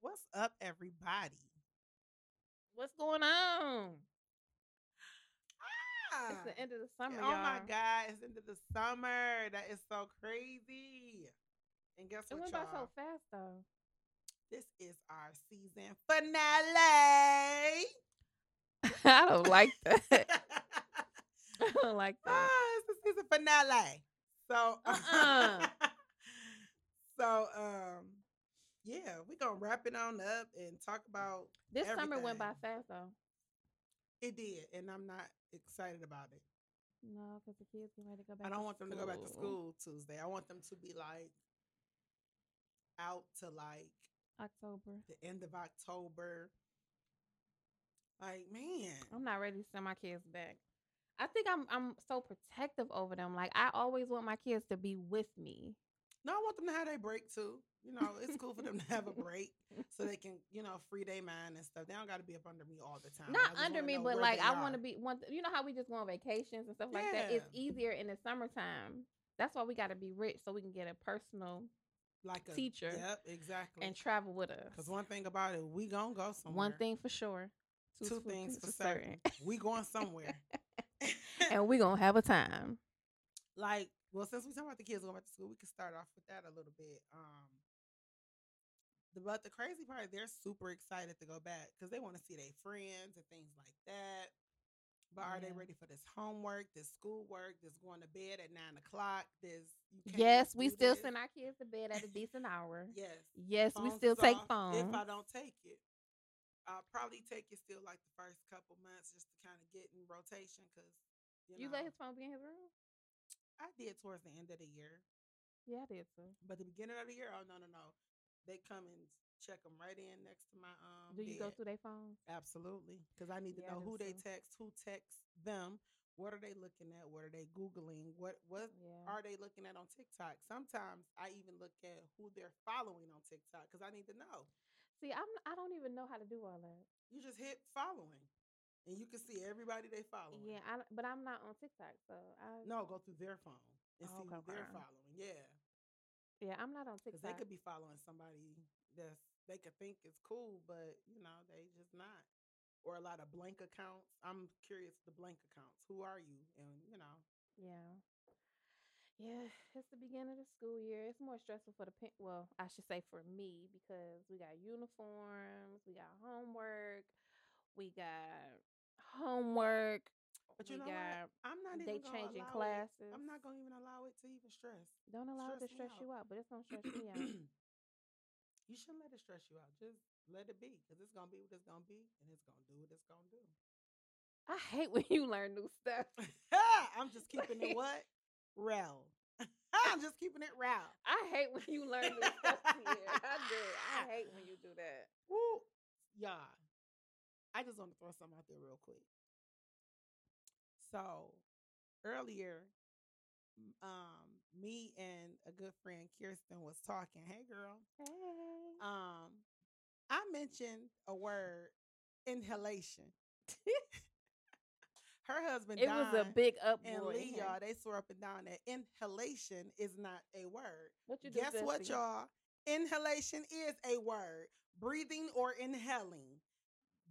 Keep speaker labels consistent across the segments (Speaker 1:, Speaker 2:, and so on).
Speaker 1: What's up, everybody? What's going on?
Speaker 2: It's the end of the summer.
Speaker 1: oh my
Speaker 2: y'all.
Speaker 1: God, it's into the summer. That is so crazy. And guess
Speaker 2: It
Speaker 1: what,
Speaker 2: went by
Speaker 1: y'all?
Speaker 2: so fast though.
Speaker 1: this is our season finale.
Speaker 2: I don't like that. I don't like
Speaker 1: Ah,
Speaker 2: that.
Speaker 1: it's the season finale. So,
Speaker 2: Uh-uh.
Speaker 1: so um, yeah, we're gonna wrap it on up and talk about
Speaker 2: This summer went by
Speaker 1: everything.
Speaker 2: fast though.
Speaker 1: it. Did and I'm not excited about it.
Speaker 2: No, because the kids getting ready to go back.
Speaker 1: I don't want them to go back to school Tuesday. I want them to be like out to like
Speaker 2: October.
Speaker 1: the end of October. Like, man,
Speaker 2: I'm not ready to send my kids back. I think I'm I'm so protective over them. Like I always want my kids to be with me.
Speaker 1: no, I want them to have their break too. You know, it's cool for them to have a break so they can, you know, free their mind and stuff. They don't got to be up under me all the time. I
Speaker 2: Not
Speaker 1: just
Speaker 2: under
Speaker 1: wanna
Speaker 2: me,
Speaker 1: know
Speaker 2: but
Speaker 1: where
Speaker 2: like
Speaker 1: they
Speaker 2: I want to
Speaker 1: are.
Speaker 2: be one. You know how we just go on vacations and stuff like that. It's
Speaker 1: Yeah.
Speaker 2: easier in the summertime. That's why we got to be rich so we can get a personal
Speaker 1: like
Speaker 2: teacher
Speaker 1: Yep, exactly.
Speaker 2: and travel with us.
Speaker 1: Because one thing about it, we gonna go somewhere.
Speaker 2: One thing for sure,
Speaker 1: two
Speaker 2: for-
Speaker 1: things for certain. we going somewhere.
Speaker 2: and we gonna have a time.
Speaker 1: like well since we talking about the kids going back to school we can start off with that a little bit um the, but the crazy part they're super excited to go back because they want to see their friends and things like that but are they
Speaker 2: Yeah.
Speaker 1: ready for this homework this schoolwork this going to bed at nine o'clock this you can't
Speaker 2: Yes, we
Speaker 1: do
Speaker 2: still
Speaker 1: this?
Speaker 2: send our kids to bed at a decent hour.
Speaker 1: yes
Speaker 2: Yes, we
Speaker 1: phones
Speaker 2: still
Speaker 1: is
Speaker 2: take
Speaker 1: off
Speaker 2: phones.
Speaker 1: if i don't take it i'll probably take it still like the first couple months just to kind of get in rotation because you,
Speaker 2: you
Speaker 1: know,
Speaker 2: let his phone be in his room?
Speaker 1: i did towards the end of the year
Speaker 2: Yeah, I did too.
Speaker 1: But the beginning of the year, oh no, no, no, they come and check them right in next to my um.
Speaker 2: Do you go
Speaker 1: bed.
Speaker 2: through their phone?
Speaker 1: Absolutely, because I need to
Speaker 2: Yeah, I
Speaker 1: know who
Speaker 2: do
Speaker 1: they
Speaker 2: too.
Speaker 1: text, who texts them, what are they looking at, what are they googling, what what
Speaker 2: Yeah.
Speaker 1: are they looking at on TikTok. Sometimes I even look at who they're following on TikTok because I need to know.
Speaker 2: See, I'm I don't even know how to do all that.
Speaker 1: You just hit following, and you can see everybody they following.
Speaker 2: Yeah, I, but I'm not on TikTok, so I
Speaker 1: No, go through their phone and
Speaker 2: Oh,
Speaker 1: see who
Speaker 2: go
Speaker 1: they're
Speaker 2: around.
Speaker 1: following. Yeah.
Speaker 2: yeah I'm not on
Speaker 1: because
Speaker 2: TikTok.
Speaker 1: they could be following somebody that's they could think is cool, but you know they just not. Or a lot of blank accounts. I'm curious the blank accounts. Who are you? And you know,
Speaker 2: Yeah. Yeah, it's the beginning of the school year. It's more stressful for the pa- well, I should say for me because we got uniforms, we got homework, we got homework.
Speaker 1: but oh, you
Speaker 2: we
Speaker 1: know
Speaker 2: got
Speaker 1: what? I'm not
Speaker 2: they
Speaker 1: even gonna
Speaker 2: changing
Speaker 1: allow it-
Speaker 2: classes.
Speaker 1: I'm not gonna even allow it to even stress.
Speaker 2: Don't allow it to
Speaker 1: stress me
Speaker 2: stress
Speaker 1: out.
Speaker 2: you out, but it's gonna stress me out.
Speaker 1: you shouldn't let it stress you out. Just let it be, because it's gonna be what it's gonna be, and it's gonna do what it's gonna do.
Speaker 2: I hate when you learn new stuff.
Speaker 1: I'm just keeping it what real. I'm just keeping it real.
Speaker 2: I hate when you learn new stuff. Here. I do. I hate when you do that.
Speaker 1: Woo. Yeah. I just want to throw something out there real quick. So earlier, m- um, me and a good friend Kirsten was talking. Hey girl.
Speaker 2: Hey.
Speaker 1: Um, I mentioned a word, inhalation. Her husband
Speaker 2: It was a
Speaker 1: Don
Speaker 2: big uproar.
Speaker 1: and
Speaker 2: in
Speaker 1: Lee,
Speaker 2: here.
Speaker 1: y'all, they swore up and down that inhalation is not a word.
Speaker 2: What you do,
Speaker 1: Guess what,
Speaker 2: sissy?
Speaker 1: y'all? Inhalation is a word. Breathing or inhaling,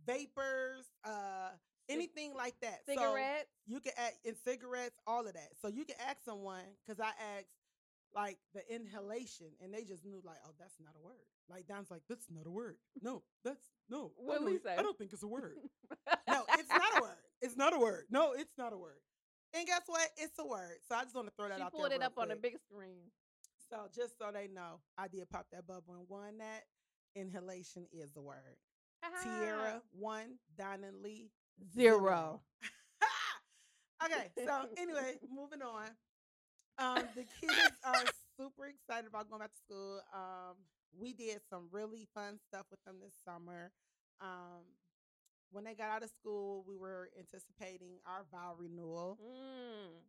Speaker 1: vapors, uh, anything like that.
Speaker 2: Cigarettes.
Speaker 1: So you can add in cigarettes, all of that. So you can ask someone because I asked like the inhalation, and they just knew like, oh, that's not a word. Like Don's like, that's not a word. No, that's no. I
Speaker 2: What'd
Speaker 1: know
Speaker 2: we
Speaker 1: it-
Speaker 2: say?
Speaker 1: I don't think it's a word. No, it's not a word. It's not a word. No, it's not a word. And guess what? It's a word. So I just want to throw that
Speaker 2: she
Speaker 1: out
Speaker 2: pulled
Speaker 1: there.
Speaker 2: it
Speaker 1: real
Speaker 2: up on the
Speaker 1: quick.
Speaker 2: big screen.
Speaker 1: So just so they know, I did pop that bubble and one that inhalation is the word.
Speaker 2: Uh-huh.
Speaker 1: Tierra one, Don and Lee
Speaker 2: Zero.
Speaker 1: okay, so anyway, moving on. Um, the kids are super excited about going back to school. Um, we did some really fun stuff with them this summer. Um, when they got out of school, we were anticipating our vow renewal
Speaker 2: Mm.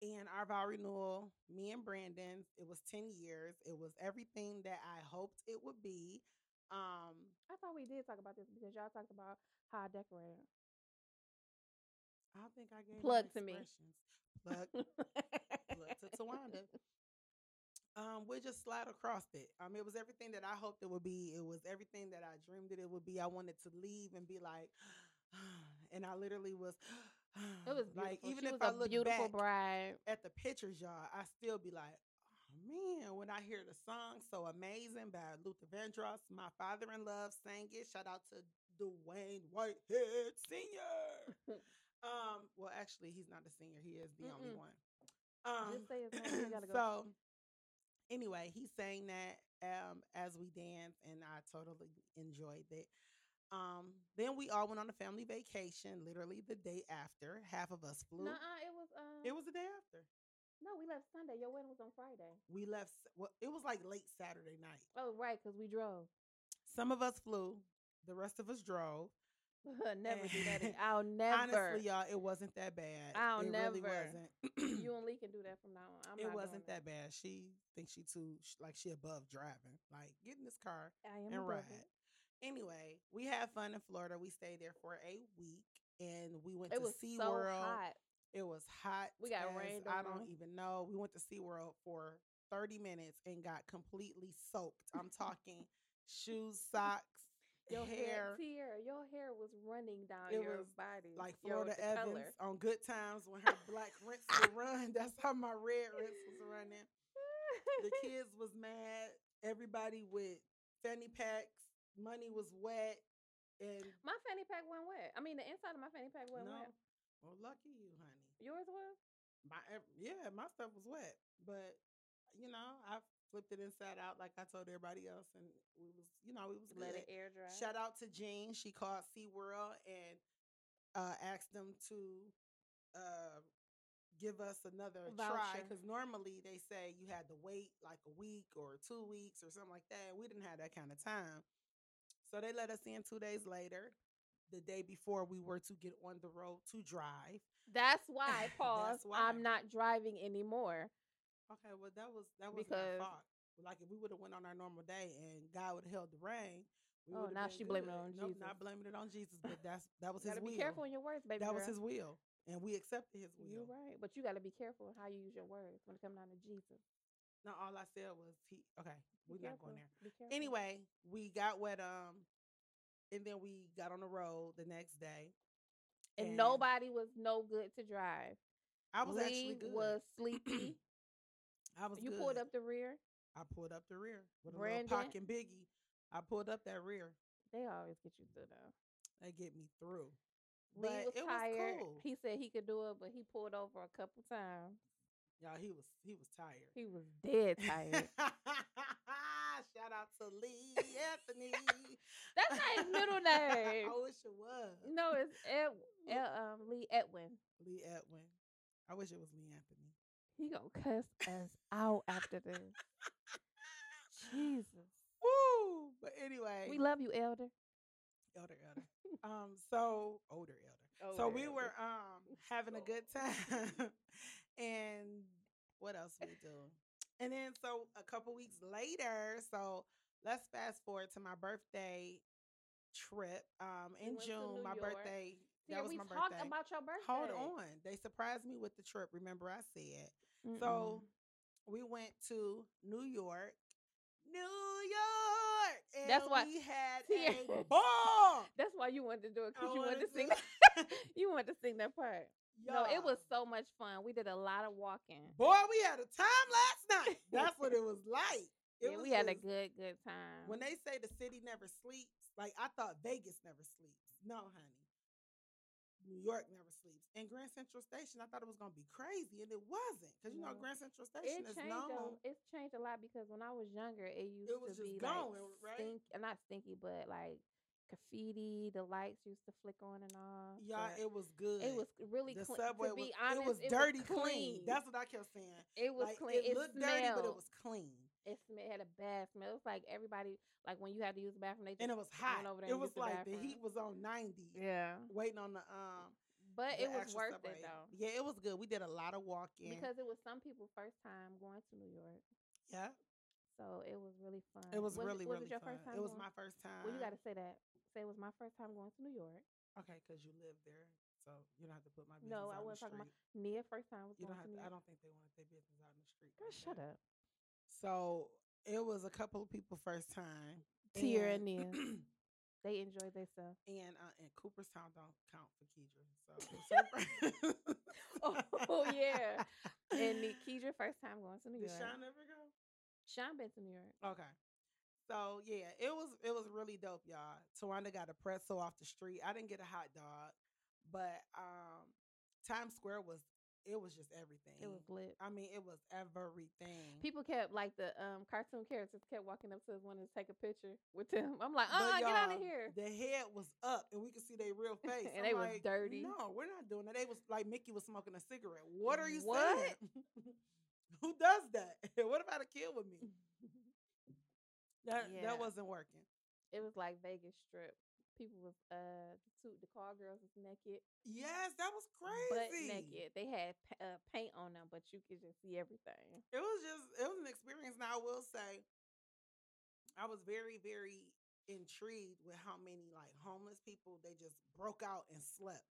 Speaker 1: and our vow renewal, me and Brandon's, it was 10 years. It was everything that I hoped it would be. Um,
Speaker 2: I thought we did talk about this because y'all talked about how I decorated.
Speaker 1: I don't think I gave them
Speaker 2: Plug to me.
Speaker 1: expressions. Plug, plug to Tawanda. Um, we just slide across it. Um, it was everything that I hoped it would be. It was everything that I dreamed that it would be. I wanted to leave and be like, and I literally was.
Speaker 2: It was beautiful.
Speaker 1: like even
Speaker 2: she
Speaker 1: if
Speaker 2: was
Speaker 1: I
Speaker 2: a
Speaker 1: look
Speaker 2: beautiful
Speaker 1: back
Speaker 2: bride.
Speaker 1: at the pictures, y'all, I still be like, oh man, when I hear the song "So Amazing" by Luther Vandross, my father in love sang it. Shout out to Dwayne Whitehead Senior. um, well, actually, he's not the senior; he is the only
Speaker 2: Mm-mm.
Speaker 1: one. Um,
Speaker 2: Just say his name. You gotta go.
Speaker 1: so anyway, he sang that um, as we danced, and I totally enjoyed it. Um, then we all went on a family vacation, literally the day after. Half of us flew.
Speaker 2: Nuh-uh, it was. Um,
Speaker 1: It was the day after.
Speaker 2: No, we left Sunday. Your wedding was on Friday.
Speaker 1: We left. s- Well, it was like late Saturday night.
Speaker 2: Oh, right, because we drove.
Speaker 1: Some of us flew. The rest of us drove.
Speaker 2: never do that. ag- I'll never.
Speaker 1: Honestly, y'all, it wasn't that bad.
Speaker 2: I'll
Speaker 1: it really
Speaker 2: never.
Speaker 1: wasn't.
Speaker 2: you and Lee can do that from now on. I'm
Speaker 1: it
Speaker 2: not
Speaker 1: wasn't
Speaker 2: doing
Speaker 1: that bad. She thinks she too sh- like she above driving. Like get in this car
Speaker 2: I am
Speaker 1: and ride.
Speaker 2: above it.
Speaker 1: Anyway, we had fun in Florida. We stayed there for a week and we went to
Speaker 2: It was
Speaker 1: SeaWorld.
Speaker 2: so hot.
Speaker 1: It was hot.
Speaker 2: We got
Speaker 1: as
Speaker 2: rained
Speaker 1: I
Speaker 2: on.
Speaker 1: don't even know. We went to SeaWorld for 30 minutes and got completely soaked. I'm talking shoes, socks,
Speaker 2: Your hair,
Speaker 1: hair,
Speaker 2: tear, your hair was running down
Speaker 1: It
Speaker 2: your
Speaker 1: was
Speaker 2: body.
Speaker 1: like
Speaker 2: your-
Speaker 1: Florida
Speaker 2: the
Speaker 1: Evans
Speaker 2: color.
Speaker 1: on Good Times when her black rinse would run. That's how my red rinse was running. The kids was mad. Everybody with fanny packs. Money was wet. And
Speaker 2: my fanny pack went wet. I mean, the inside of my fanny pack went
Speaker 1: no.
Speaker 2: wet.
Speaker 1: Well, lucky you, honey.
Speaker 2: Yours was.
Speaker 1: my ev- yeah, my stuff was wet, but you know, I flipped it inside out like I told everybody else, and we was you know we was
Speaker 2: Let
Speaker 1: good.
Speaker 2: it air dry.
Speaker 1: Shout out to Jean, she called SeaWorld and uh, asked them to uh, give us another try
Speaker 2: Voucher.
Speaker 1: because normally they say you had to wait like a week or two weeks or something like that. and We didn't have that kind of time, so they let us in two days later. The day before we were to get on the road to drive.
Speaker 2: That's why.
Speaker 1: That's
Speaker 2: Pause.
Speaker 1: why.
Speaker 2: I'm not driving anymore.
Speaker 1: Okay, well that was that was
Speaker 2: Because-
Speaker 1: my fault. Like if we would have went on our normal day and God would have held the rain, we
Speaker 2: Oh,
Speaker 1: would've
Speaker 2: now
Speaker 1: been
Speaker 2: she blaming it
Speaker 1: good.
Speaker 2: on
Speaker 1: Nope,
Speaker 2: Jesus.
Speaker 1: Not blaming it on Jesus, but that's that was his
Speaker 2: You gotta
Speaker 1: will.
Speaker 2: be careful in your words, baby.
Speaker 1: that was
Speaker 2: girl.
Speaker 1: his will, and we accepted his will.
Speaker 2: You're right, but you got to be careful in how you use your words when it comes down to Jesus.
Speaker 1: Now all I said was he. Okay,
Speaker 2: Be
Speaker 1: we're not going
Speaker 2: careful.
Speaker 1: there.
Speaker 2: Be careful.
Speaker 1: Anyway, we got wet um, and then we got on the road the next day.
Speaker 2: and,
Speaker 1: and-
Speaker 2: nobody was no good to drive.
Speaker 1: I was actually
Speaker 2: Lee
Speaker 1: good.
Speaker 2: was sleepy.
Speaker 1: I was
Speaker 2: you
Speaker 1: good.
Speaker 2: pulled up the rear.
Speaker 1: I pulled up the rear with
Speaker 2: Brandon-
Speaker 1: a little pock and biggie. I pulled up that rear.
Speaker 2: They always get you through though.
Speaker 1: They get me through.
Speaker 2: Lee
Speaker 1: But
Speaker 2: was
Speaker 1: it was
Speaker 2: tired.
Speaker 1: cool.
Speaker 2: He said he could do it, but he pulled over a couple times.
Speaker 1: Y'all, he was he was tired.
Speaker 2: He was dead tired.
Speaker 1: Shout out to Lee Anthony.
Speaker 2: That's not his middle name.
Speaker 1: I wish it was.
Speaker 2: No, it's Ed, Ed, um, Lee Edwin.
Speaker 1: Lee Edwin. I wish it was Lee Anthony.
Speaker 2: He gonna cuss us out after this. Jesus,
Speaker 1: Woo! But anyway,
Speaker 2: we love you, Elder.
Speaker 1: elder elder. um, so older elder.
Speaker 2: Oh,
Speaker 1: so we were um having a good time, and what else we do? And then so a couple weeks later, so let's fast forward to my birthday trip. Um,
Speaker 2: We
Speaker 1: in
Speaker 2: went to
Speaker 1: June,
Speaker 2: New
Speaker 1: my
Speaker 2: York.
Speaker 1: birthday.
Speaker 2: Yeah,
Speaker 1: that was
Speaker 2: we
Speaker 1: my
Speaker 2: talked
Speaker 1: birthday.
Speaker 2: about your birthday.
Speaker 1: Hold on. They surprised me with the trip. Remember, I said. So we went to New York. New York. And
Speaker 2: That's why-
Speaker 1: we had
Speaker 2: Tears.
Speaker 1: a ball.
Speaker 2: That's why you wanted to do it
Speaker 1: I
Speaker 2: because you wanted to
Speaker 1: wanted
Speaker 2: sing.
Speaker 1: to-
Speaker 2: that- you wanted to sing that part. No, it
Speaker 1: Y'all,
Speaker 2: was so much fun. We did a lot of walking.
Speaker 1: Boy, we had a time last night. That's what it was like. It
Speaker 2: yeah,
Speaker 1: was
Speaker 2: we had a
Speaker 1: just-
Speaker 2: good, good time.
Speaker 1: When they say the city never sleeps, like I thought Vegas never sleeps. No, honey. New York never sleeps. And Grand Central Station, I thought it was gonna be crazy, and it wasn't. Because you know
Speaker 2: No.
Speaker 1: Grand Central
Speaker 2: it
Speaker 1: Station is
Speaker 2: changed.
Speaker 1: known.
Speaker 2: A, it's changed a lot because when I was younger, it used
Speaker 1: was just
Speaker 2: to be
Speaker 1: going,
Speaker 2: like
Speaker 1: right?
Speaker 2: stink, uh, not stinky, but like graffiti. The lights used to flick on and off.
Speaker 1: Yeah,
Speaker 2: but
Speaker 1: it was good.
Speaker 2: it was really
Speaker 1: the
Speaker 2: clean.
Speaker 1: subway
Speaker 2: to
Speaker 1: was,
Speaker 2: be honest,
Speaker 1: it was dirty
Speaker 2: was
Speaker 1: clean.
Speaker 2: clean.
Speaker 1: That's what I kept saying.
Speaker 2: it was
Speaker 1: like,
Speaker 2: clean.
Speaker 1: It, looked
Speaker 2: smelled.
Speaker 1: dirty, but it was clean.
Speaker 2: It sm- it had a bad smell. It was like everybody, like when you had to use the bathroom, they just
Speaker 1: And it was hot.
Speaker 2: over there
Speaker 1: It
Speaker 2: and
Speaker 1: was
Speaker 2: used the
Speaker 1: like the
Speaker 2: bathroom.
Speaker 1: heat was on 90,
Speaker 2: yeah.
Speaker 1: waiting on the um.
Speaker 2: But
Speaker 1: the
Speaker 2: it was
Speaker 1: actual
Speaker 2: worth
Speaker 1: subway.
Speaker 2: it though.
Speaker 1: Yeah, it was good. We did a lot of walking.
Speaker 2: Because it was some people's first time going to New York.
Speaker 1: yeah,
Speaker 2: So it was really fun.
Speaker 1: it was,
Speaker 2: it-
Speaker 1: really
Speaker 2: um, was
Speaker 1: really
Speaker 2: it your
Speaker 1: fun.
Speaker 2: first time
Speaker 1: it was
Speaker 2: going?
Speaker 1: my first time.
Speaker 2: Well, you got to say that. Say it was my first time going to New York.
Speaker 1: Okay, because you live there, so you don't have to put my business
Speaker 2: No, I
Speaker 1: out in the
Speaker 2: wasn't talking about-
Speaker 1: street.
Speaker 2: Nia first time was
Speaker 1: You
Speaker 2: going
Speaker 1: don't
Speaker 2: to
Speaker 1: have. To, I
Speaker 2: New York.
Speaker 1: don't think they want their business out in the street.
Speaker 2: Girl,
Speaker 1: like
Speaker 2: shut
Speaker 1: that.
Speaker 2: up.
Speaker 1: So it was a couple of people first time.
Speaker 2: Tier
Speaker 1: and
Speaker 2: and Nia. They enjoyed themselves.
Speaker 1: and, uh, and Cooperstown don't count for Kedra. So, so
Speaker 2: Oh, oh, yeah. And Ni- Kedra first time going to New
Speaker 1: Did
Speaker 2: York.
Speaker 1: Sean ever go?
Speaker 2: Sean been to New York.
Speaker 1: Okay. So yeah, it was it was really dope, y'all. Tawanda got a pretzel off the street. I didn't get a hot dog, but um Times Square was it was just everything.
Speaker 2: It was lit.
Speaker 1: I mean, it was everything.
Speaker 2: People kept like the um cartoon characters kept walking up to one and take a picture with them. I'm like,
Speaker 1: But
Speaker 2: uh, uh get out
Speaker 1: y'all,
Speaker 2: of here.
Speaker 1: The head was up, and we could see their real face. I'm
Speaker 2: And they was
Speaker 1: like,
Speaker 2: dirty.
Speaker 1: No, we're not doing that. They was like Mickey was smoking a cigarette. What are you
Speaker 2: What?
Speaker 1: saying? Who does that? what about a kid with me? That
Speaker 2: Yeah.
Speaker 1: that wasn't working.
Speaker 2: It was like Vegas Strip. People was uh the two the car girls was naked,
Speaker 1: Yes, that was
Speaker 2: butt
Speaker 1: crazy.
Speaker 2: naked. They had pa- uh, paint on them, but you could just see everything.
Speaker 1: It was just it was an experience. Now I will say, I was very very intrigued with how many like homeless people they just broke out and slept.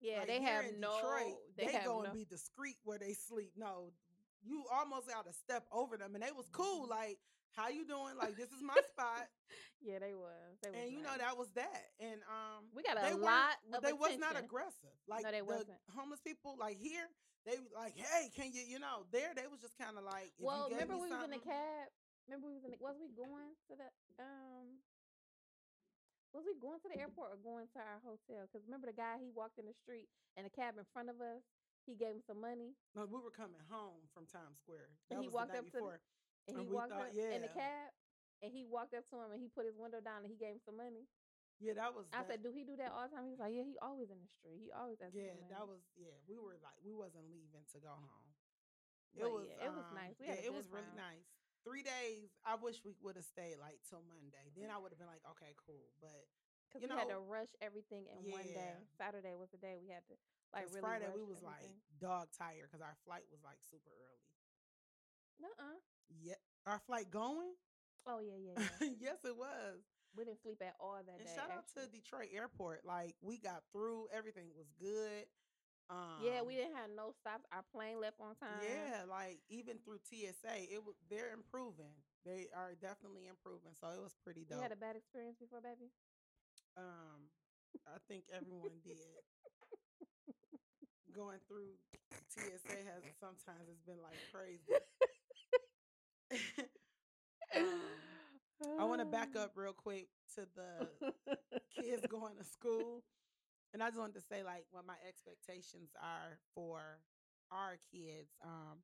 Speaker 2: Yeah,
Speaker 1: Like,
Speaker 2: they
Speaker 1: here
Speaker 2: have
Speaker 1: in
Speaker 2: no.
Speaker 1: Detroit,
Speaker 2: they,
Speaker 1: they,
Speaker 2: have
Speaker 1: go
Speaker 2: no,
Speaker 1: and be discreet where they sleep. No, you almost got to step over them, and they was cool.
Speaker 2: Mm-hmm.
Speaker 1: Like, how you doing? Like, this is my spot,
Speaker 2: Yeah, they was. They was
Speaker 1: and you know
Speaker 2: nice.
Speaker 1: that was that. And um,
Speaker 2: we got a
Speaker 1: they weren't-
Speaker 2: lot.
Speaker 1: w-
Speaker 2: Of
Speaker 1: they was not
Speaker 2: attention.
Speaker 1: aggressive. Like
Speaker 2: they
Speaker 1: the
Speaker 2: wasn't.
Speaker 1: homeless people, like here, they was like, hey, can you, you know, there they was just kind of like. if you
Speaker 2: Well,
Speaker 1: gave
Speaker 2: remember
Speaker 1: me
Speaker 2: we was in
Speaker 1: something-
Speaker 2: the cab. Remember we was in the, was we going to the um was we going to the airport or going to our hotel? Because remember the guy he walked in the street and the cab in front of us. He gave him some money
Speaker 1: No, we were coming home from Times Square. That
Speaker 2: And he
Speaker 1: was
Speaker 2: walked
Speaker 1: the night
Speaker 2: up to
Speaker 1: before.
Speaker 2: the- and he
Speaker 1: And we
Speaker 2: walked
Speaker 1: thought,
Speaker 2: up in the
Speaker 1: yeah.
Speaker 2: cab and he walked up to him and he put his window down and he gave him some money.
Speaker 1: yeah, that was.
Speaker 2: I
Speaker 1: that-
Speaker 2: said, "Do he do that all the time?" He was like, "Yeah, he always in the street. He always asks
Speaker 1: Yeah,
Speaker 2: for money."
Speaker 1: that was. Yeah, we were like, we wasn't leaving to go home.
Speaker 2: But yeah, it was
Speaker 1: um,
Speaker 2: nice. We
Speaker 1: yeah,
Speaker 2: had
Speaker 1: it
Speaker 2: a
Speaker 1: was
Speaker 2: good
Speaker 1: really
Speaker 2: time.
Speaker 1: nice. Three days. I wish we would have stayed like till Monday. Then I would have been like, okay, cool. But
Speaker 2: because
Speaker 1: you
Speaker 2: we had to
Speaker 1: know,
Speaker 2: rush everything in one
Speaker 1: yeah.
Speaker 2: day. Saturday was the day we had to like
Speaker 1: 'cause
Speaker 2: really.
Speaker 1: Friday
Speaker 2: rush
Speaker 1: we was like
Speaker 2: everything.
Speaker 1: dog tired because our flight was like super early.
Speaker 2: "Nuh-uh."
Speaker 1: Yep, our flight going.
Speaker 2: Oh yeah, yeah, yeah.
Speaker 1: yes, it was.
Speaker 2: We didn't sleep at all that
Speaker 1: And
Speaker 2: day.
Speaker 1: shout out to
Speaker 2: actually.
Speaker 1: Detroit Airport. Like we got through. Everything was good. Um,
Speaker 2: yeah, we didn't have no stops. Our plane left on time.
Speaker 1: Yeah, like even through TSA, it was they're improving. They are definitely improving. So it was pretty
Speaker 2: you
Speaker 1: dope.
Speaker 2: had a bad experience before, baby.
Speaker 1: um, I think everyone did. Going through TSA has sometimes it's been like crazy. I want to back up real quick to the kids going to school. And I just wanted to say like what my expectations are for our kids. Um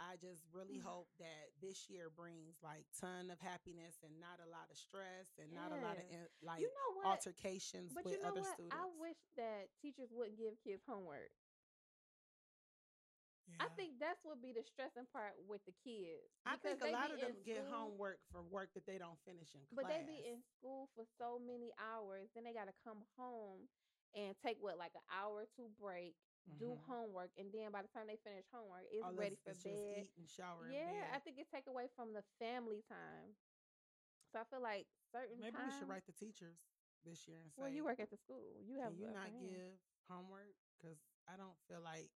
Speaker 1: I just really
Speaker 2: Mm.
Speaker 1: hope that this year brings like ton of happiness and not a lot of stress and not a lot of in,
Speaker 2: Yeah.
Speaker 1: like
Speaker 2: you know what?
Speaker 1: altercations
Speaker 2: but
Speaker 1: with
Speaker 2: you know
Speaker 1: other
Speaker 2: what?
Speaker 1: students.
Speaker 2: I wish that teachers wouldn't give kids homework. I
Speaker 1: Yeah.
Speaker 2: think that's what be the stressing part with the kids.
Speaker 1: I
Speaker 2: because
Speaker 1: think a
Speaker 2: they
Speaker 1: lot
Speaker 2: be
Speaker 1: of them
Speaker 2: in
Speaker 1: get
Speaker 2: school-
Speaker 1: homework for work that they don't finish in class.
Speaker 2: But they be in school for so many hours, then they got to come home and take what like an hour to break, do
Speaker 1: Mhm.
Speaker 2: homework, and then by the time they finish homework, it's
Speaker 1: All
Speaker 2: ready
Speaker 1: this
Speaker 2: for
Speaker 1: is Oh, just
Speaker 2: bed.
Speaker 1: eat and shower. in
Speaker 2: Yeah, I
Speaker 1: bed.
Speaker 2: think it take away from the family time. So I feel like certain
Speaker 1: maybe we should
Speaker 2: times-
Speaker 1: write the teachers this year and say,
Speaker 2: Well, you work at the school. You have
Speaker 1: Can you
Speaker 2: the
Speaker 1: not
Speaker 2: upper hand.
Speaker 1: give homework? Because I don't feel like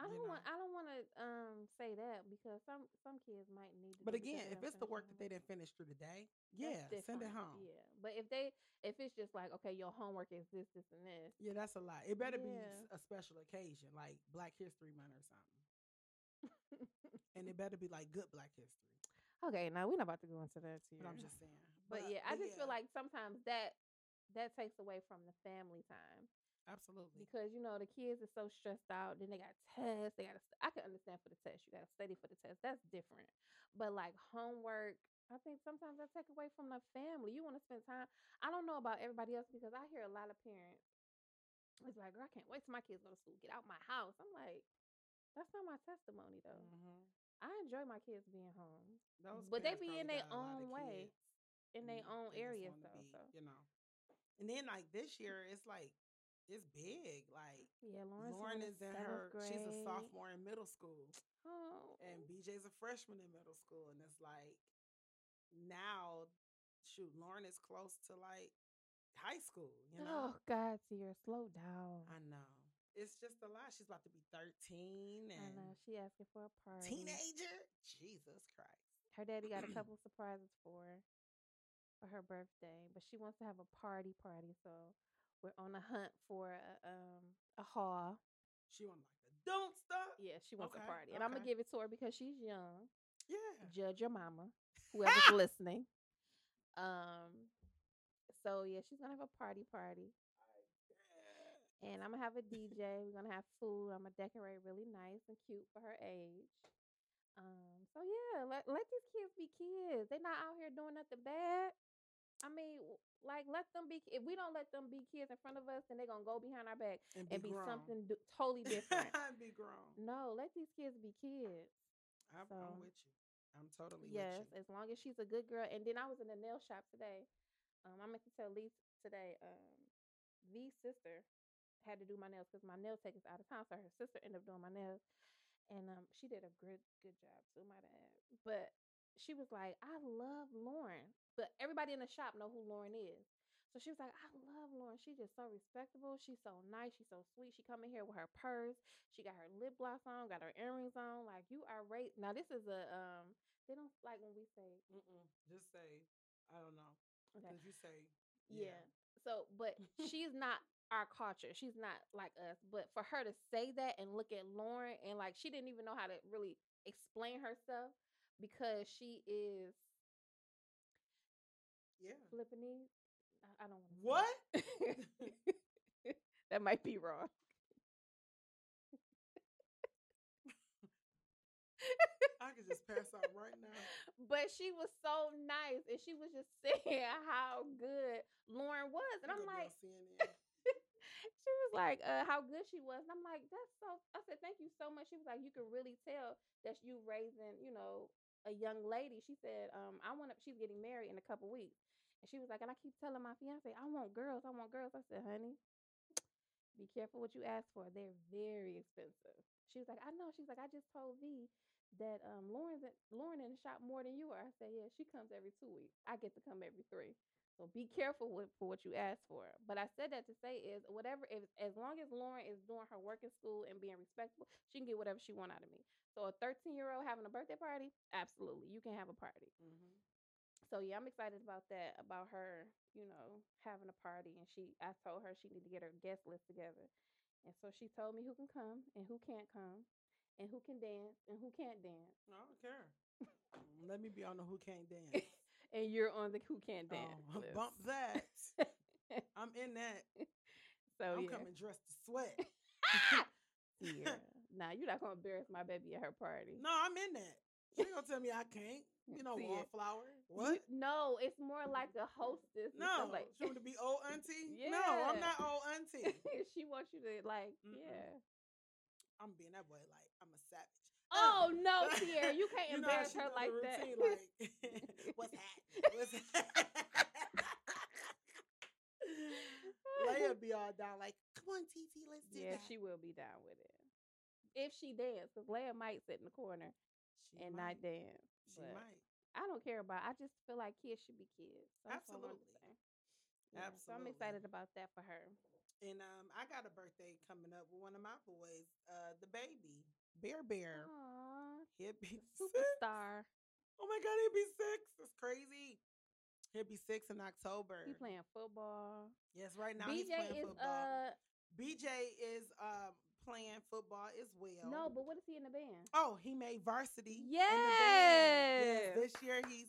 Speaker 2: I
Speaker 1: you
Speaker 2: don't want.
Speaker 1: know.
Speaker 2: I don't want to um say that because some some kids might need. To
Speaker 1: But
Speaker 2: do because
Speaker 1: again,
Speaker 2: they
Speaker 1: if
Speaker 2: don't
Speaker 1: it's the
Speaker 2: finish
Speaker 1: work that they
Speaker 2: homework.
Speaker 1: didn't finish through the day,
Speaker 2: um, That's
Speaker 1: yeah, send it
Speaker 2: different.
Speaker 1: home. Yeah.
Speaker 2: Yeah, but if they if it's just like okay, your homework is this, this, and this.
Speaker 1: that's a lot. It better be
Speaker 2: Yeah.
Speaker 1: s- a special occasion, like Black History Month or something. and it better be like good Black History.
Speaker 2: Okay, now we're not about to go into that too.
Speaker 1: But I'm just saying.
Speaker 2: But, yeah, I just feel like sometimes that that takes away from the family time
Speaker 1: absolutely.
Speaker 2: because you know the kids are so stressed out. Then they got tests. They got. to I can understand for the test. You got to study for the test. That's different. But like homework, I think sometimes that take away from the family. You want to spend time. I don't know about everybody else because I hear a lot of parents. It's like, girl, I can't wait till my kids go to school. Get out my house. I'm like, that's not my testimony though.
Speaker 1: Mhm.
Speaker 2: I enjoy my kids being home
Speaker 1: Those
Speaker 2: But they
Speaker 1: parents
Speaker 2: be
Speaker 1: probably
Speaker 2: in they
Speaker 1: got a lot of
Speaker 2: own way.
Speaker 1: kids
Speaker 2: in their
Speaker 1: and
Speaker 2: own
Speaker 1: they just
Speaker 2: areas
Speaker 1: wanna
Speaker 2: though.
Speaker 1: be,
Speaker 2: so.
Speaker 1: You know. And then like this year, it's like it's big. Like
Speaker 2: Yeah, Lauren's
Speaker 1: Lauren
Speaker 2: in
Speaker 1: is in
Speaker 2: seventh
Speaker 1: her
Speaker 2: Grade.
Speaker 1: she's a sophomore in middle school.
Speaker 2: Oh.
Speaker 1: and BJ's a freshman in middle school, and it's like now, shoot, Lauren is close to like high school. You know,
Speaker 2: Oh God, Sierra, slow down.
Speaker 1: I know it's just a lot. She's about to be thirteen
Speaker 2: I
Speaker 1: and
Speaker 2: know she asking for a party.
Speaker 1: teenager. Jesus Christ!
Speaker 2: Her daddy got a couple surprises for her for her birthday, but she wants to have a party party. So we're on a hunt for a um a haul.
Speaker 1: She went like the don't stop.
Speaker 2: Yeah, she wants
Speaker 1: Uh, Okay,
Speaker 2: a party, and I'm gonna
Speaker 1: okay.
Speaker 2: give it to her because she's young.
Speaker 1: Yeah. Ah!
Speaker 2: Judge your mama, whoever's listening. Um, so yeah, she's gonna have a party party. and I'm gonna have a DJ. We're gonna have food. I'm gonna decorate really nice and cute for her age. Um, so yeah, let let these kids be kids. They're not out here doing nothing bad. I mean, w- like let them be. If we don't let them be kids in front of us, then they're gonna go behind our back
Speaker 1: And
Speaker 2: and be
Speaker 1: grown.
Speaker 2: something d- totally different.
Speaker 1: be grown.
Speaker 2: no, let these kids be kids.
Speaker 1: I'm,
Speaker 2: so-
Speaker 1: I'm with you. I'm totally
Speaker 2: Yes,
Speaker 1: with you.
Speaker 2: as long as she's a good girl. And then I was in the nail shop today. Um, I meant to tell Lee today. Um, the sister had to do my nails because my nail tech is out of town, so her sister ended up doing my nails, and um, she did a good good job too, might I add. But she was like, "I love Lauren," but everybody in the shop know who Lauren is. So she was like, "I love Lauren. She's just so respectable. She's so nice. She's so sweet. She come in here with her purse. She got her lip gloss on. Got her earrings on. Like you are right now. This is a um. They don't like when we say
Speaker 1: Mm-mm. Just say, I don't know.
Speaker 2: Okay.
Speaker 1: Because you say,
Speaker 2: Yeah. So, but she's not our culture. She's not like us. But for her to say that and look at Lauren and like she didn't even know how to really explain herself because she is
Speaker 1: Yeah.
Speaker 2: Filipinese. I- I don't wanna say it.
Speaker 1: What?
Speaker 2: that might be wrong.
Speaker 1: I could just pass out right now.
Speaker 2: But she was so nice and she was just saying how good Lauren was. And
Speaker 1: You
Speaker 2: I'm
Speaker 1: gonna be on
Speaker 2: like,
Speaker 1: CNN.
Speaker 2: she was like, uh, how good she was. And I'm like, that's so I said, thank you so much. She was like, you could really tell that you raising, you know, a young lady. She said, um, I want to she's getting married in a couple weeks. And she was like, and I keep telling my fiance, I want girls, I want girls. I said, honey, be careful what you ask for. They're very expensive. She was like, I know. She's like, I just told V that um Lauren's at, Lauren in the shop more than you are. I said, Yeah, she comes every two weeks. I get to come every three. So be careful with for what you ask for. But I said that to say is whatever if as long as Lauren is doing her work in school and being respectful, she can get whatever she want out of me. So a 13 year old having a birthday party, absolutely. You can have a party.
Speaker 1: Mhm.
Speaker 2: So yeah, I'm excited about that, about her, you know, having a party. And she I told her she need to get her guest list together. And so she told me who can come and who can't come and who can dance and who can't dance.
Speaker 1: I don't care. Mm, Let me be on the who can't dance.
Speaker 2: And you're on the who can't dance.
Speaker 1: Oh,
Speaker 2: list.
Speaker 1: bump that. I'm in that.
Speaker 2: So
Speaker 1: I'm
Speaker 2: Oh, yeah.
Speaker 1: coming dressed to sweat.
Speaker 2: yeah. Nah, you're not gonna embarrass my baby at her party.
Speaker 1: No, I'm in that. She gonna tell me I can't. You know,
Speaker 2: See it.
Speaker 1: wallflower.
Speaker 2: You-
Speaker 1: What?
Speaker 2: no, it's more like a hostess. and stuff
Speaker 1: No,
Speaker 2: like
Speaker 1: she want to be old auntie. No, I'm
Speaker 2: Yeah.
Speaker 1: not old auntie.
Speaker 2: she wants you to like,
Speaker 1: Mm-mm.
Speaker 2: yeah.
Speaker 1: I'm being that way. Like I'm a savage.
Speaker 2: Oh
Speaker 1: Uh,
Speaker 2: no, Sierra, you can't
Speaker 1: you know how
Speaker 2: embarrass
Speaker 1: she
Speaker 2: her
Speaker 1: do the
Speaker 2: like that.
Speaker 1: routine, Like, what's happening? What's happening? Leia be all down like, come on, TT, let's do
Speaker 2: yeah,
Speaker 1: that.
Speaker 2: she will be down with it if she dance. Cause Leia might sit in the corner
Speaker 1: She
Speaker 2: and
Speaker 1: might.
Speaker 2: not dance.
Speaker 1: She
Speaker 2: but
Speaker 1: might.
Speaker 2: I don't care about. I just feel like kids should be kids. So that's what I wanted to
Speaker 1: Absolutely.
Speaker 2: say. Yeah, So I'm
Speaker 1: Absolutely.
Speaker 2: excited about that for her.
Speaker 1: And um, I got a birthday coming up with one of my boys, uh, the baby Bear Bear.
Speaker 2: Oh, Aww,
Speaker 1: He'll be six.
Speaker 2: superstar.
Speaker 1: Oh my god, he'll be six. That's crazy. He'll be six in October.
Speaker 2: He playing football.
Speaker 1: Yes, right now he's
Speaker 2: BJ
Speaker 1: playing
Speaker 2: is
Speaker 1: football.
Speaker 2: uh
Speaker 1: BJ is um playing football as well.
Speaker 2: no, but what is he in the band?
Speaker 1: Oh, he made varsity. in the band.
Speaker 2: Yes.
Speaker 1: Yes, This year he's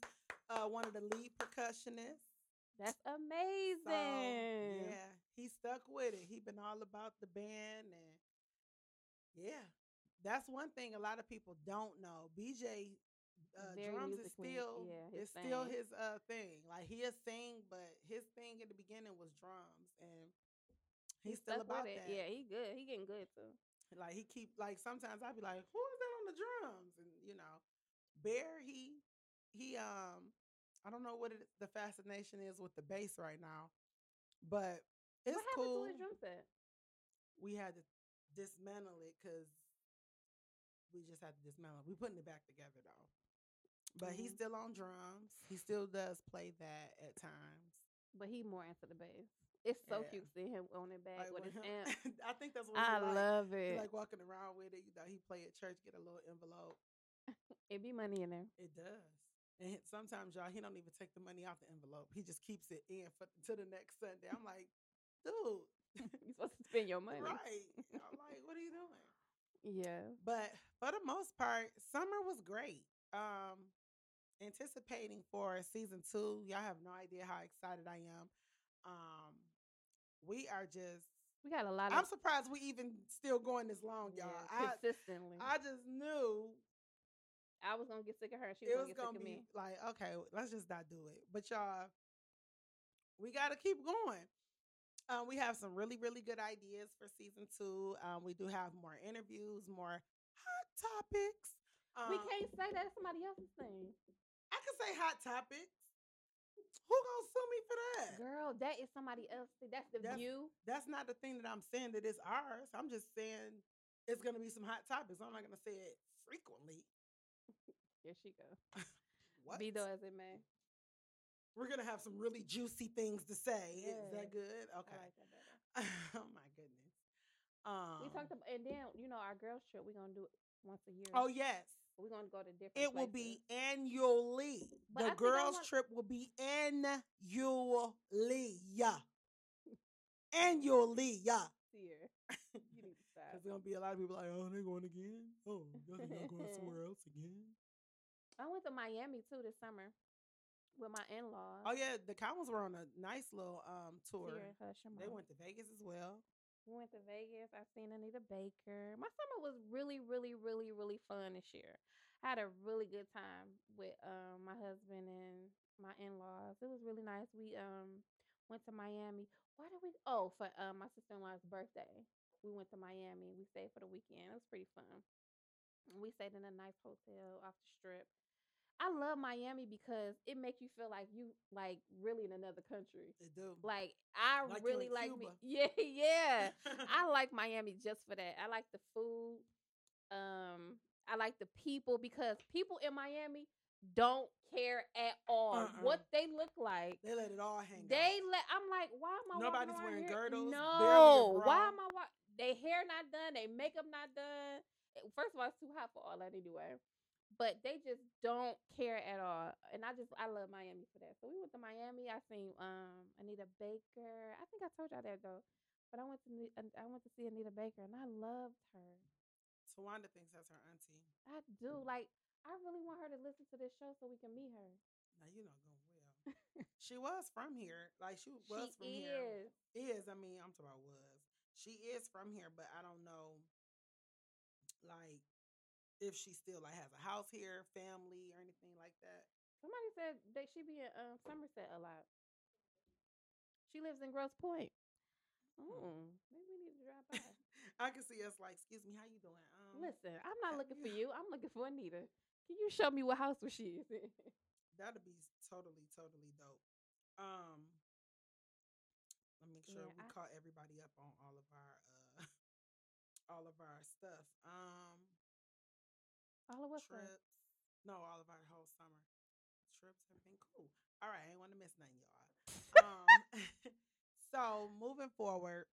Speaker 1: uh, one of the lead percussionists.
Speaker 2: That's
Speaker 1: So
Speaker 2: amazing.
Speaker 1: yeah, he stuck with it. He been all about the band and yeah. That's one thing a lot of people don't know. BJ uh,
Speaker 2: Very
Speaker 1: drums is
Speaker 2: musically,
Speaker 1: still
Speaker 2: yeah, his
Speaker 1: it's still
Speaker 2: thing.
Speaker 1: his uh thing. Like he'll sing, but his thing at the beginning was drums and
Speaker 2: He
Speaker 1: he's still
Speaker 2: stuck
Speaker 1: about
Speaker 2: with it.
Speaker 1: that.
Speaker 2: Yeah, he good. He getting good too.
Speaker 1: Like he keep like sometimes I'd be like, who is that on the drums? And you know, Bear he he um I don't know what it, the fascination is with the bass right now, but it's
Speaker 2: what happened
Speaker 1: cool.
Speaker 2: to his drum set?
Speaker 1: we had to dismantle it because we just had to dismantle it. We putting it back together though. But he's
Speaker 2: Mhm.
Speaker 1: still on drums. He still does play that at times.
Speaker 2: But he more into the bass. It's so
Speaker 1: Yeah.
Speaker 2: cute seeing him on it back
Speaker 1: Like,
Speaker 2: with
Speaker 1: when
Speaker 2: his
Speaker 1: him-
Speaker 2: amp.
Speaker 1: I think that's what
Speaker 2: I
Speaker 1: he like.
Speaker 2: love
Speaker 1: He
Speaker 2: it.
Speaker 1: like walking around with it. You know, he play at church, get a little envelope.
Speaker 2: it be money in there.
Speaker 1: It does. And he- sometimes y'all, he don't even take the money off the envelope. He just keeps it in for to the next Sunday. I'm like, dude,
Speaker 2: You're supposed to spend your money.
Speaker 1: right? I'm like, what are you doing?
Speaker 2: Yeah.
Speaker 1: But for the most part, summer was great. Um, anticipating for season two, y'all have no idea how excited I am. Um, we are just.
Speaker 2: We got a lot
Speaker 1: I'm
Speaker 2: of
Speaker 1: surprised we even still going this long, y'all.
Speaker 2: yeah,
Speaker 1: I
Speaker 2: consistently. I,
Speaker 1: I just knew
Speaker 2: was gonna get sick of her. She
Speaker 1: it
Speaker 2: was
Speaker 1: was
Speaker 2: gonna
Speaker 1: gonna
Speaker 2: get sick
Speaker 1: be like, okay, let's just not do it. But y'all, we gotta keep going. Um, we have some really, really good ideas for season two. Um, we do have more interviews, more hot topics. Um,
Speaker 2: of me. we can't say that it's somebody else's thing.
Speaker 1: I can say hot topics. Who gonna sue me for that?
Speaker 2: Girl, that is somebody else. thing. That's the
Speaker 1: That's-
Speaker 2: view.
Speaker 1: That's not the thing that I'm saying that it's ours. I'm just saying it's gonna be some hot topics. I'm not gonna say it frequently.
Speaker 2: Here she go.
Speaker 1: What?
Speaker 2: Be though as it may.
Speaker 1: We're gonna have some really juicy things to say. Is
Speaker 2: Yes.
Speaker 1: that good?
Speaker 2: I
Speaker 1: Okay.
Speaker 2: like that better.
Speaker 1: oh my goodness. Um,
Speaker 2: we talked about, and then you know our girls trip. We're gonna do it once a year.
Speaker 1: Oh yes,
Speaker 2: we're gonna go to different.
Speaker 1: it will be
Speaker 2: places.
Speaker 1: annually.
Speaker 2: But
Speaker 1: the
Speaker 2: I think I
Speaker 1: girls'
Speaker 2: want-
Speaker 1: trip will be annually. Yeah. Annually,
Speaker 2: Uh,
Speaker 1: yeah.
Speaker 2: Sierra. You need to stop.
Speaker 1: There's gonna be a lot of people like, oh, they're going again. Oh, y'all think y'all going somewhere else again?
Speaker 2: I went to Miami too this summer with my in laws.
Speaker 1: Oh yeah, the Cowboys were on a nice little um tour. They
Speaker 2: They
Speaker 1: went to Vegas as well.
Speaker 2: We went to Vegas. I seen Anita Baker. My summer was really, really, really, really fun this year. I had a really good time with um, my husband and my in laws. It was really nice. We um went to Miami. Why did we? Oh, for um, my sister in law's birthday, we went to Miami. We stayed for the weekend. It was pretty fun. And We stayed in a nice hotel off the strip. I love Miami because it makes you feel like you like really in another country.
Speaker 1: They do.
Speaker 2: Like I
Speaker 1: Like you
Speaker 2: really
Speaker 1: in
Speaker 2: like
Speaker 1: Cuba.
Speaker 2: me. Yeah, yeah. I like Miami just for that. I like the food. Um, I like the people because people in Miami don't care at all
Speaker 1: Uh-uh.
Speaker 2: what they look like.
Speaker 1: they let it all hang.
Speaker 2: They
Speaker 1: out.
Speaker 2: let. I'm like, why am I? walking
Speaker 1: Nobody's
Speaker 2: around
Speaker 1: wearing
Speaker 2: here?
Speaker 1: girdles, barely a
Speaker 2: No.
Speaker 1: bra.
Speaker 2: Why am I? Wa- they hair not done. They makeup not done. Eh, First of all, it's too hot for all that anyway. But they just don't care at all, and I just I love Miami for that. So we went to Miami. I seen um Anita Baker. I think I told y'all that though. But I went to Ne- an- I went to see Anita Baker, and I loved her.
Speaker 1: Tawanda thinks that's her auntie.
Speaker 2: I do like. I really want her to listen to this show so we can meet her.
Speaker 1: Now you know going well. she was from here. Like she was from
Speaker 2: she
Speaker 1: here.
Speaker 2: is.
Speaker 1: is. I mean, I'm talking about was. She is from here, but I don't know, like, if she still like has a house here, family, or anything like that.
Speaker 2: Somebody said that she be in um, Somerset a lot. She lives in Gross Point.
Speaker 1: Hmm.
Speaker 2: Oh, maybe we need to drive by.
Speaker 1: I can see us like, excuse me, how you doing? Um,
Speaker 2: Listen, I'm not looking for you. I'm looking for Anita. Can you show me what house was she is in?
Speaker 1: that'd be totally, totally dope. Um, let me make sure
Speaker 2: Yeah,
Speaker 1: we
Speaker 2: I-
Speaker 1: caught everybody up on all of our, uh, all of our stuff. Um,
Speaker 2: All of us. are-
Speaker 1: trips. No, all of our whole summer trips have been cool. All right, I ain't want to miss nothing, y'all. um, so moving forward,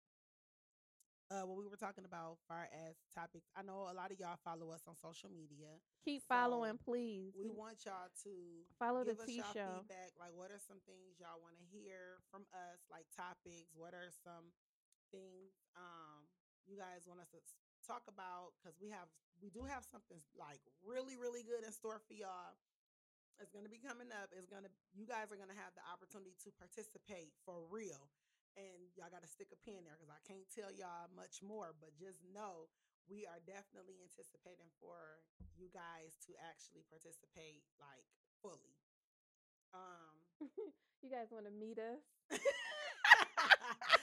Speaker 1: uh, what we were talking about far as topics, I know a lot of y'all follow us on social media.
Speaker 2: Keep
Speaker 1: So,
Speaker 2: following, please.
Speaker 1: We want y'all to
Speaker 2: follow the
Speaker 1: give us
Speaker 2: T
Speaker 1: y'all
Speaker 2: show.
Speaker 1: feedback. Like, what are some things y'all want to hear from us? Like topics. What are some things um you guys want us to s- talk about? Because we have we do have something like really really good in store for y'all. It's gonna be coming up. It's gonna you guys are gonna have the opportunity to participate for real. And y'all gotta stick a pin there because I can't tell y'all much more, but just know we are definitely anticipating for you guys to actually participate like fully. Um,
Speaker 2: you guys want to meet us?
Speaker 1: Stop.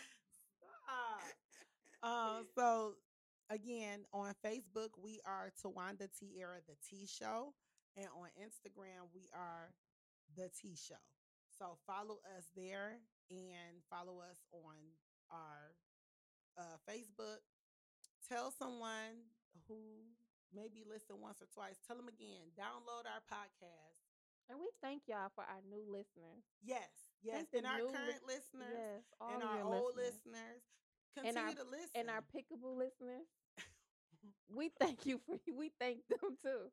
Speaker 1: Um, so again, on Facebook, we are Tawanda Tierra the T Show, and on Instagram, we are the T Show. So follow us there and follow us on our uh, Facebook. Tell someone who maybe listen once or twice. Tell them again. Download our podcast.
Speaker 2: And we thank y'all for our new listeners.
Speaker 1: Yes, yes,
Speaker 2: the
Speaker 1: and our
Speaker 2: new lis-
Speaker 1: current listeners
Speaker 2: Yes, all
Speaker 1: and
Speaker 2: of
Speaker 1: our
Speaker 2: your
Speaker 1: old
Speaker 2: listeners.
Speaker 1: listeners.
Speaker 2: And
Speaker 1: Continue
Speaker 2: our-
Speaker 1: to listen.
Speaker 2: and our pickable listeners. we thank you for we thank them too.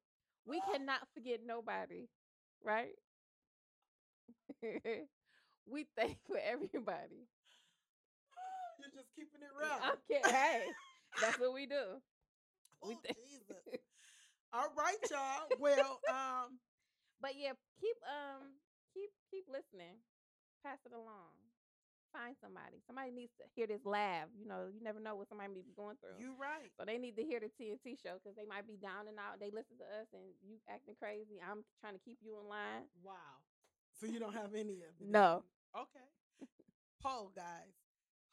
Speaker 2: We cannot forget nobody. right? we thank for everybody.
Speaker 1: You're just keeping it real.
Speaker 2: Okay, hey, that's what we do. we
Speaker 1: Oh,
Speaker 2: think-
Speaker 1: Jesus. All right, y'all. Well, um,
Speaker 2: But yeah, keep um keep keep listening. Pass it along. Find somebody. Somebody needs to hear this laugh. You know, you never know what somebody may be going through.
Speaker 1: you right.
Speaker 2: so they need to hear the TNT show because they might be down and out. They listen to us and you acting crazy. I'm trying to keep you in line.
Speaker 1: Wow. So you don't have any of it.
Speaker 2: No.
Speaker 1: Okay. Poll, guys.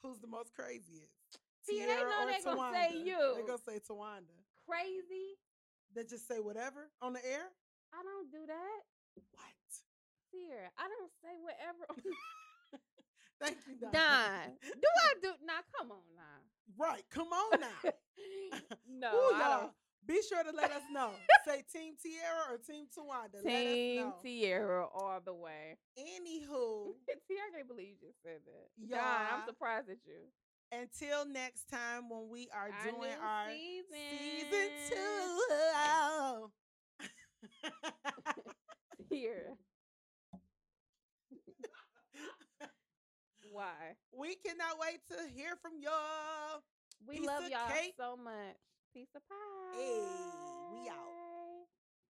Speaker 1: Who's the most craziest?
Speaker 2: See, they
Speaker 1: or
Speaker 2: know they gonna say
Speaker 1: Tawanda? They
Speaker 2: you.
Speaker 1: gonna say Tawanda.
Speaker 2: Crazy?
Speaker 1: They just say whatever on the air.
Speaker 2: I don't do that.
Speaker 1: What?
Speaker 2: Sierra, I don't say whatever.
Speaker 1: Thank you, Don.
Speaker 2: Don, do I do? Nah, come on, nah.
Speaker 1: Right. Come on now.
Speaker 2: no,
Speaker 1: Ooh,
Speaker 2: I
Speaker 1: y'all.
Speaker 2: don't.
Speaker 1: Be sure to let us know. Say Team Tierra or Team Tawanda. let
Speaker 2: Team
Speaker 1: us know.
Speaker 2: Tierra all the way.
Speaker 1: Anywho,
Speaker 2: Tierra can't believe you just said that. Don,
Speaker 1: Yeah.
Speaker 2: I'm surprised at you.
Speaker 1: until next time when we are
Speaker 2: Our
Speaker 1: doing
Speaker 2: new
Speaker 1: our season
Speaker 2: season.
Speaker 1: two.
Speaker 2: Tierra, why?
Speaker 1: we cannot wait to hear from y'all.
Speaker 2: We
Speaker 1: Piece
Speaker 2: love
Speaker 1: of
Speaker 2: y'all
Speaker 1: cake.
Speaker 2: so much. Piece of pie.
Speaker 1: Hey, we out.